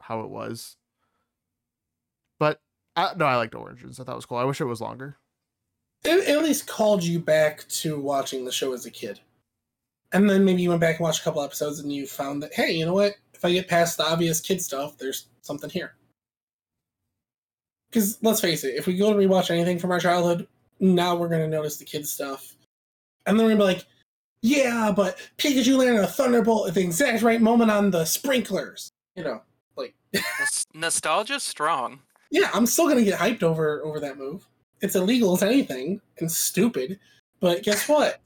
how it was." But I, no, I liked Origins. I thought it was cool. I wish it was longer.
It, it at least called you back to watching the show as a kid. And then maybe you went back and watched a couple episodes and you found that, hey, you know what? If I get past the obvious kid stuff, there's something here. Because let's face it, if we go to rewatch anything from our childhood, now we're going to notice the kid stuff. And then we're going to be like, yeah, but Pikachu landed a Thunderbolt at the exact right moment on the sprinklers. You know,
Nos- Nostalgia strong.
yeah, I'm still gonna get hyped over over that move. It's illegal as anything and stupid, but guess what?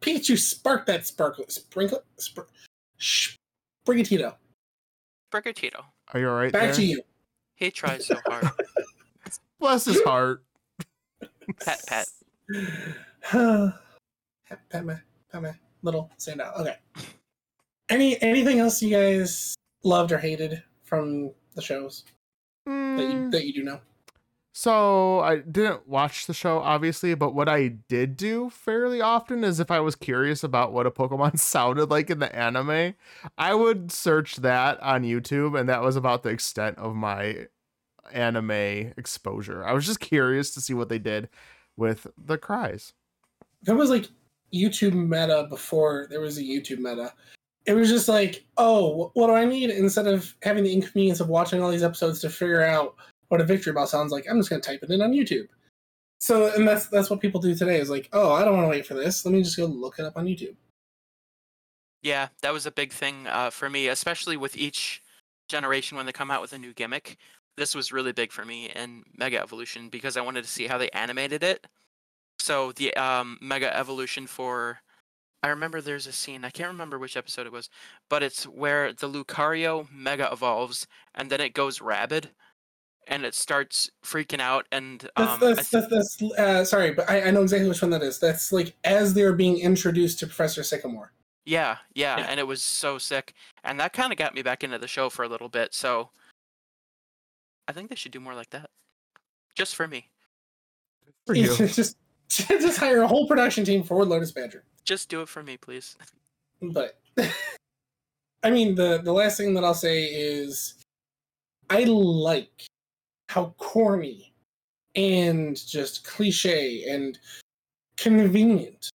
Pikachu sparked that sparkle sprinkle spr- sh- Brigatito.
Brigatito.
Are you all right
Back
there?
to you.
He tries so hard.
Bless his heart.
*laughs* Pat, pat.
*sighs* pat, pat my pat my little stand out. Okay. Any anything else you guys loved or hated from the shows that you,
Mm,
that you do know?
So I didn't watch the show, obviously, but what I did do fairly often is if I was curious about what a Pokemon *laughs* sounded like in the anime, I would search that on YouTube, and that was about the extent of my anime exposure. I was just curious to see what they did with the cries.
that was like YouTube meta before there was a YouTube meta. It was just like, oh, wh- what do I need? Instead of having the inconvenience of watching all these episodes to figure out what a victory bell sounds like, I'm just gonna type it in on YouTube. So, and that's that's what people do today. Is like, oh, I don't want to wait for this. Let me just go look it up on YouTube.
Yeah, that was a big thing uh, for me, especially with each generation when they come out with a new gimmick. This was really big for me in Mega Evolution because I wanted to see how they animated it. So the um, Mega Evolution for, I remember there's a scene I can't remember which episode it was, but it's where the Lucario Mega evolves and then it goes rabid, and it starts freaking out and
That's
um, I
that's, that's, that's uh, sorry, but I, I know exactly which one that is. That's like as they're being introduced to Professor Sycamore.
Yeah, yeah,
Yeah.
and it was so sick, and that kind of got me back into the show for a little bit. So I think they should do more like that, just for me.
For
Yeah,
you.
*laughs* just just hire a whole production team for Lotus Badger.
Just do it for me, please. *laughs*
but *laughs* I mean the the last thing that I'll say is I like how corny and just cliche and convenient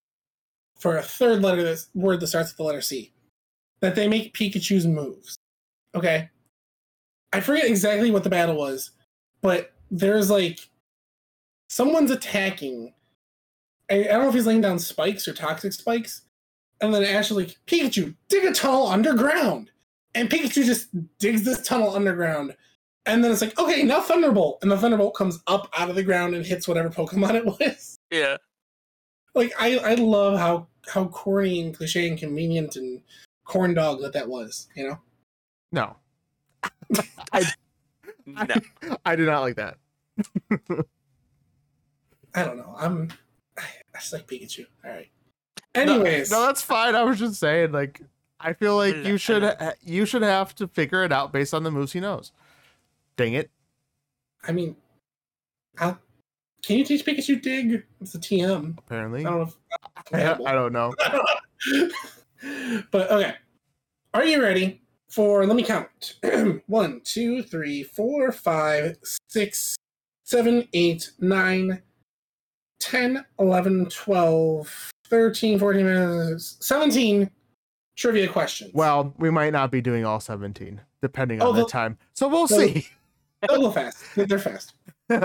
for a third letter that's, word that starts with the letter C that they make Pikachu's moves. Okay, I forget exactly what the battle was, but there's like someone's attacking. I, I don't know if he's laying down spikes or toxic spikes, and then Ashley, like, Pikachu, dig a tunnel underground. And Pikachu just digs this tunnel underground. And then it's like, okay, now Thunderbolt. And the Thunderbolt comes up out of the ground and hits whatever Pokemon it *laughs* was.
Yeah,
Like, I, I love how, how corny and cliche and convenient and corn dog that that was, you know?
No,
*laughs* no,
I do not like that.
I don't know. I'm, I just like Pikachu. All right.
No,
Anyways.
no, that's fine. I was just saying, like, I feel like
Yeah,
you
I
should
know.
ha- you should have to figure it out based on the moves he knows. Dang it!
I mean, I'll, can you teach Pikachu dig? It's a TM. I
Apparently,
don't know if.
*laughs* I, I don't
*laughs*
know.
but okay. Are you ready for let me count. *clears throat* One, two, three, four, five, six, seven, eight, nine, ten, eleven, twelve, thirteen, fourteen, uh, seventeen trivia questions.
Well, we might not be doing all 17, depending
Oh,
on the,
the-
time. So we'll
the-
see. *laughs*
they'll go fast. They're fast.
all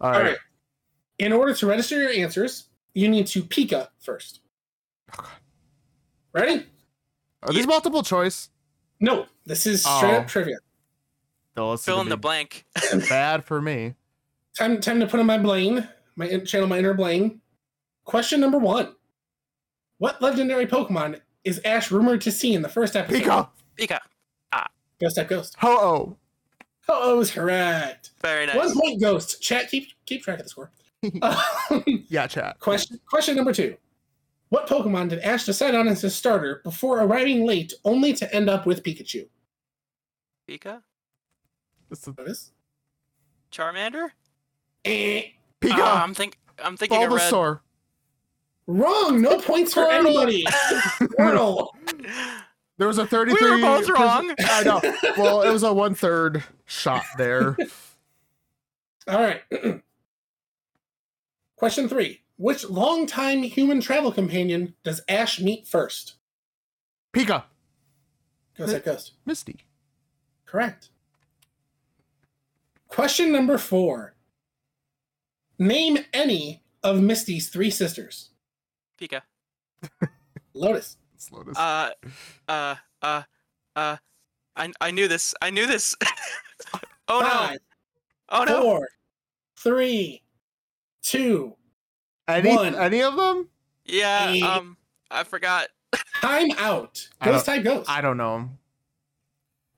All
right.
right. In order to register your answers, you need to Pika first. Ready?
Are these multiple choice?
No, this is straight
Oh.
up trivia.
No, it's
fill in
gonna
the
be
blank.
bad for me.
*laughs*
Time, time to put on my blame. My in- channel, my inner blame. Question number one: What legendary Pokemon is Ash rumored to see in the first episode?
Pika.
Pika.
Ghost type Ghost.
Ho
Oh, it was correct.
Very nice.
One point Ghost. Chat, keep keep track of the score. Um,
oh. Yeah, chat.
question Question number two: What Pokemon did Ash decide on as his starter before arriving late, only to end up with Pikachu?
Pika?
It's
Uh,
the-
Notice.
Charmander?
Eh.
Pika.
Ah, I'm think I'm thinking of
Bulbasaur.
Wrong. No points for anybody. Wordle.
red.
There was a 33.
We were both
pers-
wrong.
I
*laughs*
know. Well, it was a one third shot there.
All right. *clears throat* Question three. Which longtime human travel companion does Ash meet first?
Pika.
Ghost Head Ghost.
Misty.
Correct. Question number four. Name any of Misty's three sisters.
Pika.
Lotus.
It's Lotus.
Uh, uh, uh, uh. I I knew this. I knew this. *laughs* oh no!
Five,
Oh no!
four, three, two.
any,
one.
any of them?
Yeah.
eight.
Um, I forgot.
Time out.
I
Ghost type ghost.
I don't know.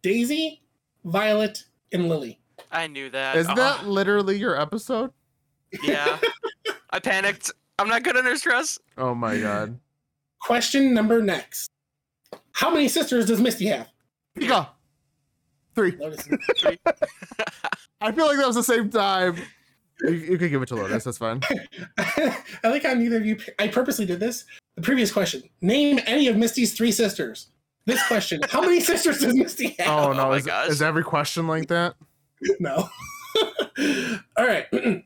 Daisy, Violet, and Lily.
I knew that.
Is
Oh,
that literally your episode?
Yeah. I panicked. I'm not good under stress.
Oh my god.
Question number next. How many sisters does Misty have?
Pika. Three.
Lotus.
I feel like that was the same time. You, you could give it to Lotus. That's
*laughs*
fine.
*laughs* I like how neither of you. I purposely did this. The previous question: Name any of Misty's three sisters. This question: How many *laughs* sisters does Misty have?
Oh
Oh
no.
my
is,
gosh.
is every question like that?
*laughs* No. All right. *clears throat*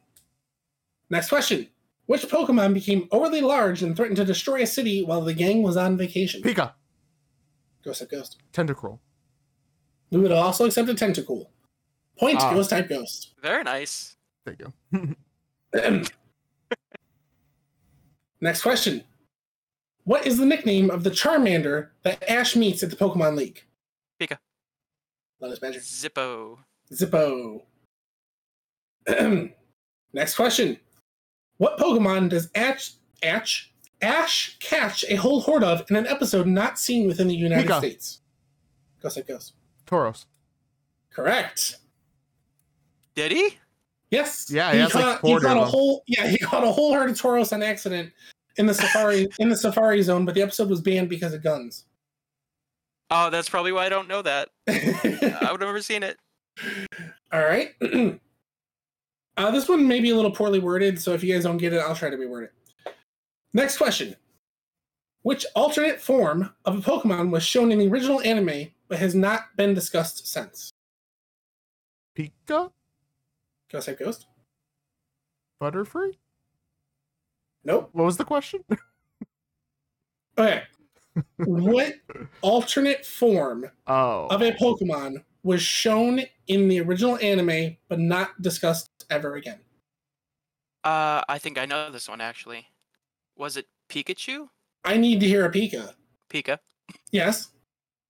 Next question: Which Pokemon became overly large and threatened to destroy a city while the gang was on vacation?
Pika.
Ghost type ghost.
Tentacruel.
We would also accept a tentacle. Point
Ah.
ghost type ghost.
Very nice.
Thank you.
Next question: What is the nickname of the Charmander that Ash meets at the Pokemon League?
Pika.
Lotus Magic.
Zippo.
Zippo. *clears throat* Next question. What Pokemon does Ash, Ash, Ash catch a whole horde of in an episode not seen within the United
Pika.
States? Ghost Head Ghost.
Tauros.
Correct.
Did he?
Yes.
Yeah, he has, like,
caught,
four
he caught a
of them.
whole yeah, he caught a whole herd of Tauros on accident in the safari in the safari zone, but the episode was banned because of guns. *laughs*
Oh, that's probably why I don't know that. I would have never seen it.
All right. *clears throat* uh, this one may be a little poorly worded, so if you guys don't get it, I'll try to reword it. Next question. Which alternate form of a Pokemon was shown in the original anime but has not been discussed since?
Pika.
Ghost Type Ghost?
Butterfree.
Nope.
What was the question? *laughs*
Okay. what alternate form
Oh.
of a Pokemon was shown in the original anime but not discussed ever again?
Uh, I think I know this one actually. Was it Pikachu?
I need to hear a Pika.
Pika.
Yes,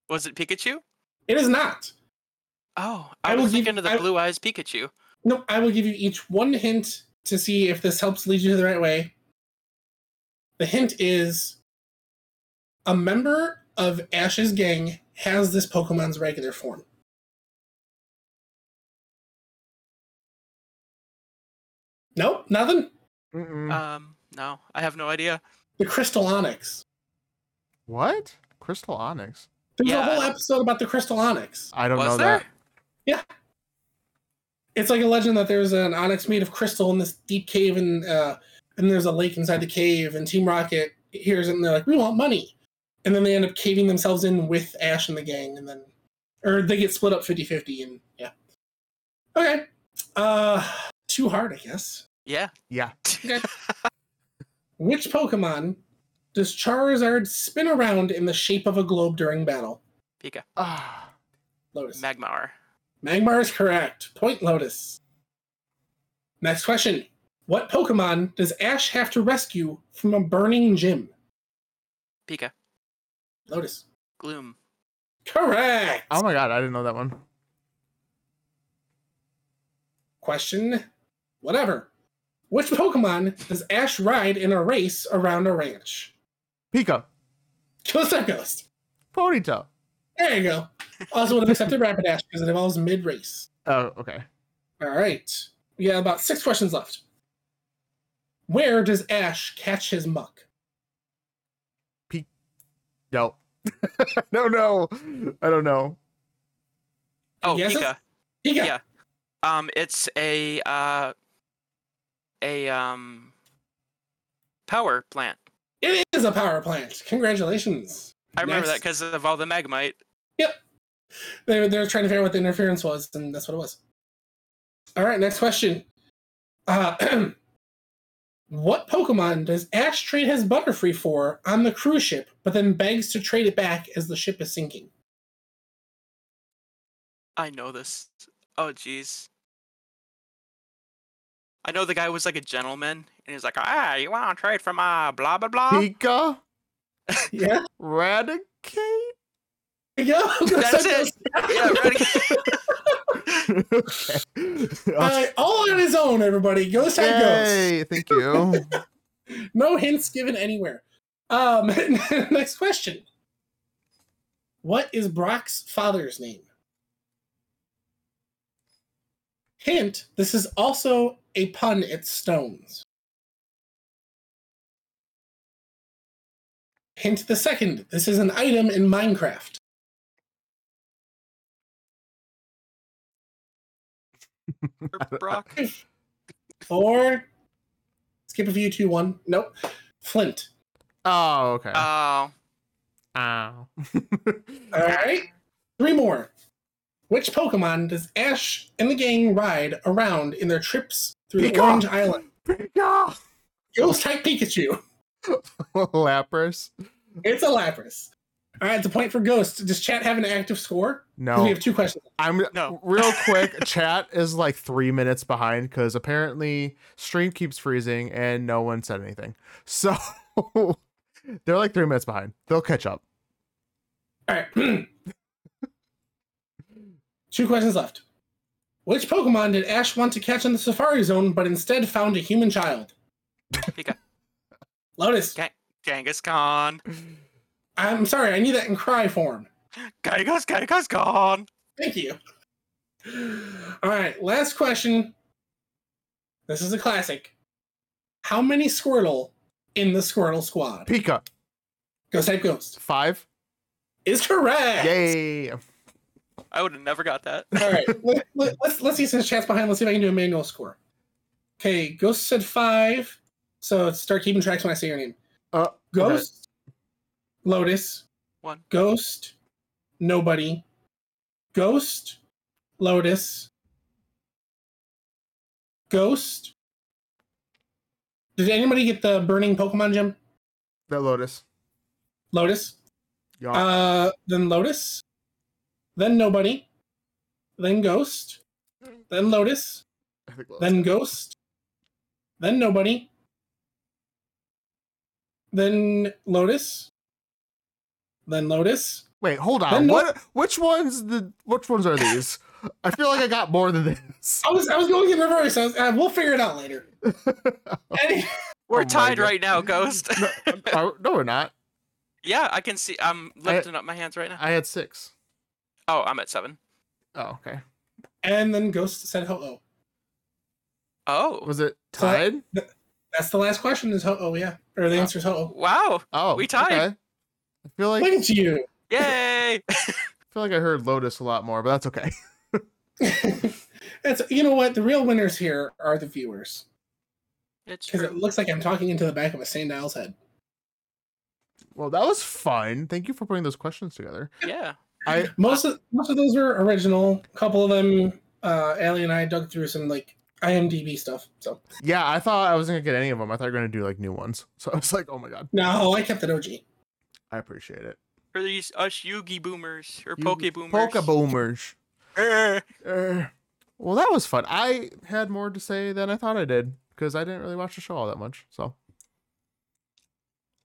Was it Pikachu?
it is not.
Oh, I,
I will
was
give-
thinking of the
I-
blue eyes Pikachu.
No, I will give you each one hint to see if this helps lead you to the right way. The hint is a member of Ash's gang has this Pokemon's regular form. Nope, nothing. Mm.
Mm-mm.
Um, no, I have no idea.
The Crystal Onyx.
what? Crystal Onyx.
There's
Yeah,
a
I
whole
don't-
episode about the Crystal Onyx.
I don't
was
know
there?
that.
It's like a legend that there's an onyx made of crystal in this deep cave, and uh, and there's a lake inside the cave. And Team Rocket hears it, and they're like, "We want money," and then they end up caving themselves in with Ash and the gang, and then or they get split up 50-50 and yeah. Okay, uh, too hard, I guess.
Yeah.
Yeah.
Which Pokemon does Charizard spin around in the shape of a globe during battle?
Ah.
Lotus.
Magmar.
Magmar is correct. Point Lotus. Next question. What Pokemon does Ash have to rescue from a burning gym?
Pika.
Lotus.
Gloom.
Correct.
Oh my god, I didn't know that one.
question. Whatever. Which Pokemon does Ash ride in a race around a ranch?
Pika,
Ghost or Ghost?
Ponytail.
There you go. Also would have accepted Rapidash because it involves mid race.
Oh, okay.
All right. We got about six questions left. Where does Ash catch his muck?
No. *laughs* no, no. I don't know.
Oh,
Yes,
Pika.
He got
Yeah. Um, it's a uh, a um, power plant.
it is a power plant. Congratulations.
I remember
Nice.
that 'cause that because of all the magmite.
They were, they were trying to figure out what the interference was, and that's what it was. All right, next question. Uh, *clears throat* what Pokemon does Ash trade his Butterfree for on the cruise ship, but then begs to trade it back as the ship is
*laughs*
sinking?
I know this. Oh, jeez. I know the guy was like a gentleman, and he's like, "Ah, you want to trade for my blah blah
Uh,
blah."
Pika,
Yeah,
Radicate? *laughs*
there you go.
That's it. *laughs* yeah,
*laughs*
right.
okay.
Uh, all on his own, everybody. Ghost Head Ghost.
Yay, thank
*laughs*
you.
no hints given anywhere. Um, *laughs* next question. What is Brock's father's name? Hint, this is also a pun at stones. Hint the second, this is an item in Minecraft.
*laughs*
Brock.
Four. Skip a few, two, one. Nope. Flint.
Oh, okay.
Uh,
Oh,
Ow.
All right. Three more. Which Pokemon does Ash and the gang ride around in their trips through the
Pika!
Orange Island?
Pika! *laughs*
Ghost type Pikachu. *laughs*
Lapras?
It's a Lapras. All right, it's a point for Ghost. Does chat have an active score? 'Cause We
No.
have two questions.
I'm
No.
*laughs* real
*laughs*
quick. chat is like three minutes behind because apparently stream keeps freezing and no one said anything. *laughs* So they're like three minutes behind. They'll catch up.
All right. *clears throat* two questions left. Which Pokemon did Ash want to catch in the Safari Zone, but instead found a human child?
Pika.
Lotus.
Genghis Khan.
I'm sorry, I need that in cry form.
Genghis, Genghis Khan.
Thank you. All right, last question. This is a classic. How many Squirtle in the Squirtle squad?
Pika,
Ghost type Ghost
five.
is correct.
Yay.
I would have never got that.
All right, let, let, us let's see since chat's behind. Let's see if I can do a manual score. Okay, Ghost said five, so start keeping tracks when I say your name.
Uh,
Ghost, Lotus,
Oh
One.
Ghost, nobody, Ghost, Lotus, Ghost. Did anybody get the burning Pokemon gem?
The Lotus.
Lotus.
Y'all.
Uh, then Lotus, then nobody, then Ghost, then Lotus,
I think Lotus.
then Ghost, then nobody, then Lotus, then Lotus.
Wait, hold on.
then no-
What? Which ones? The which ones are these? I feel like I got more than
*laughs*
this.
I was I was going in reverse. I was, uh, we'll figure it out later. Any-
Oh
We're
my
tied
God. *laughs*
right now, Ghost. *laughs*
Are- no, we're not.
yeah, I can see. I'm lifting up my hands right now.
I had six.
Oh, I'm at seven.
Oh, okay.
and then Ghost said ho oh.
Oh,
Was it
So I-
tied?
That's the last question. Is ho oh yeah? Or the answer is ho
wow!
Oh,
We tied.
okay. I feel
oh.
like
Look
I
at *laughs* you.
Yay! *laughs*
feel like I heard Lotus a lot more, but that's okay. *laughs*
That's you know what the real winners here are the viewers
it's
because it
true.
looks like I'm talking into the back of a Sandile's head.
Well, that was fun. Thank you for putting those questions together.
Yeah.
*laughs*
I
Most of most of those were original. A couple of them, uh, Allie and I dug through some like IMDb stuff. So
yeah, I thought I wasn't gonna get any of them. I thought you were gonna do like new ones. So I was like, oh my god,
no, I kept it OG.
I appreciate it.
For these us Yugi boomers or
You-
Poke boomers.
Poke boomers.
Err.
Uh, well, that was fun. I had more to say than I thought I did because I didn't really watch the show all that much. So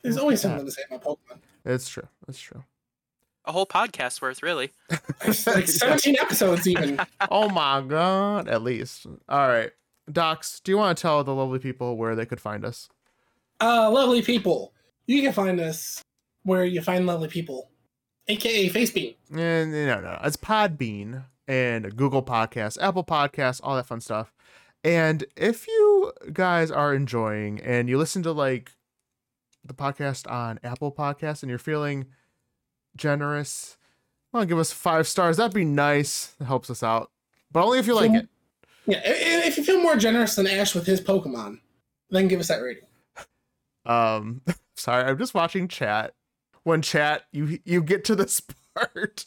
There's always
Yeah.
something to say about Pokemon.
it's true. It's true.
*laughs* A whole podcast worth, really.
*laughs* Like 17 episodes even.
oh my god! At least. All right. Docs, do you want to tell the lovely people where they could find us?
Uh, lovely people, you can find us where you find lovely people, aka Facebeam.
And no, no, it's Podbean and Google Podcasts, Apple Podcasts, all that fun stuff. And if you guys are enjoying and you listen to like the podcast on Apple Podcasts and you're feeling generous, well, give us five stars. That'd be nice. It helps us out, but only if you like it.
Yeah, i- i- if you feel more generous than Ash with his Pokemon, then give us that rating.
Um, *laughs* sorry, I'm just watching chat. When chat, you you get to this *laughs* part.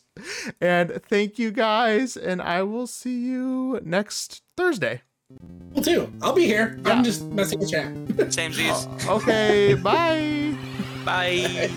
And thank you guys, and I will see you next Thursday.
Well, too. I'll be here.
Yeah. *laughs*
I'm just messing with chat.
Same Z's.
Okay, bye.
Bye.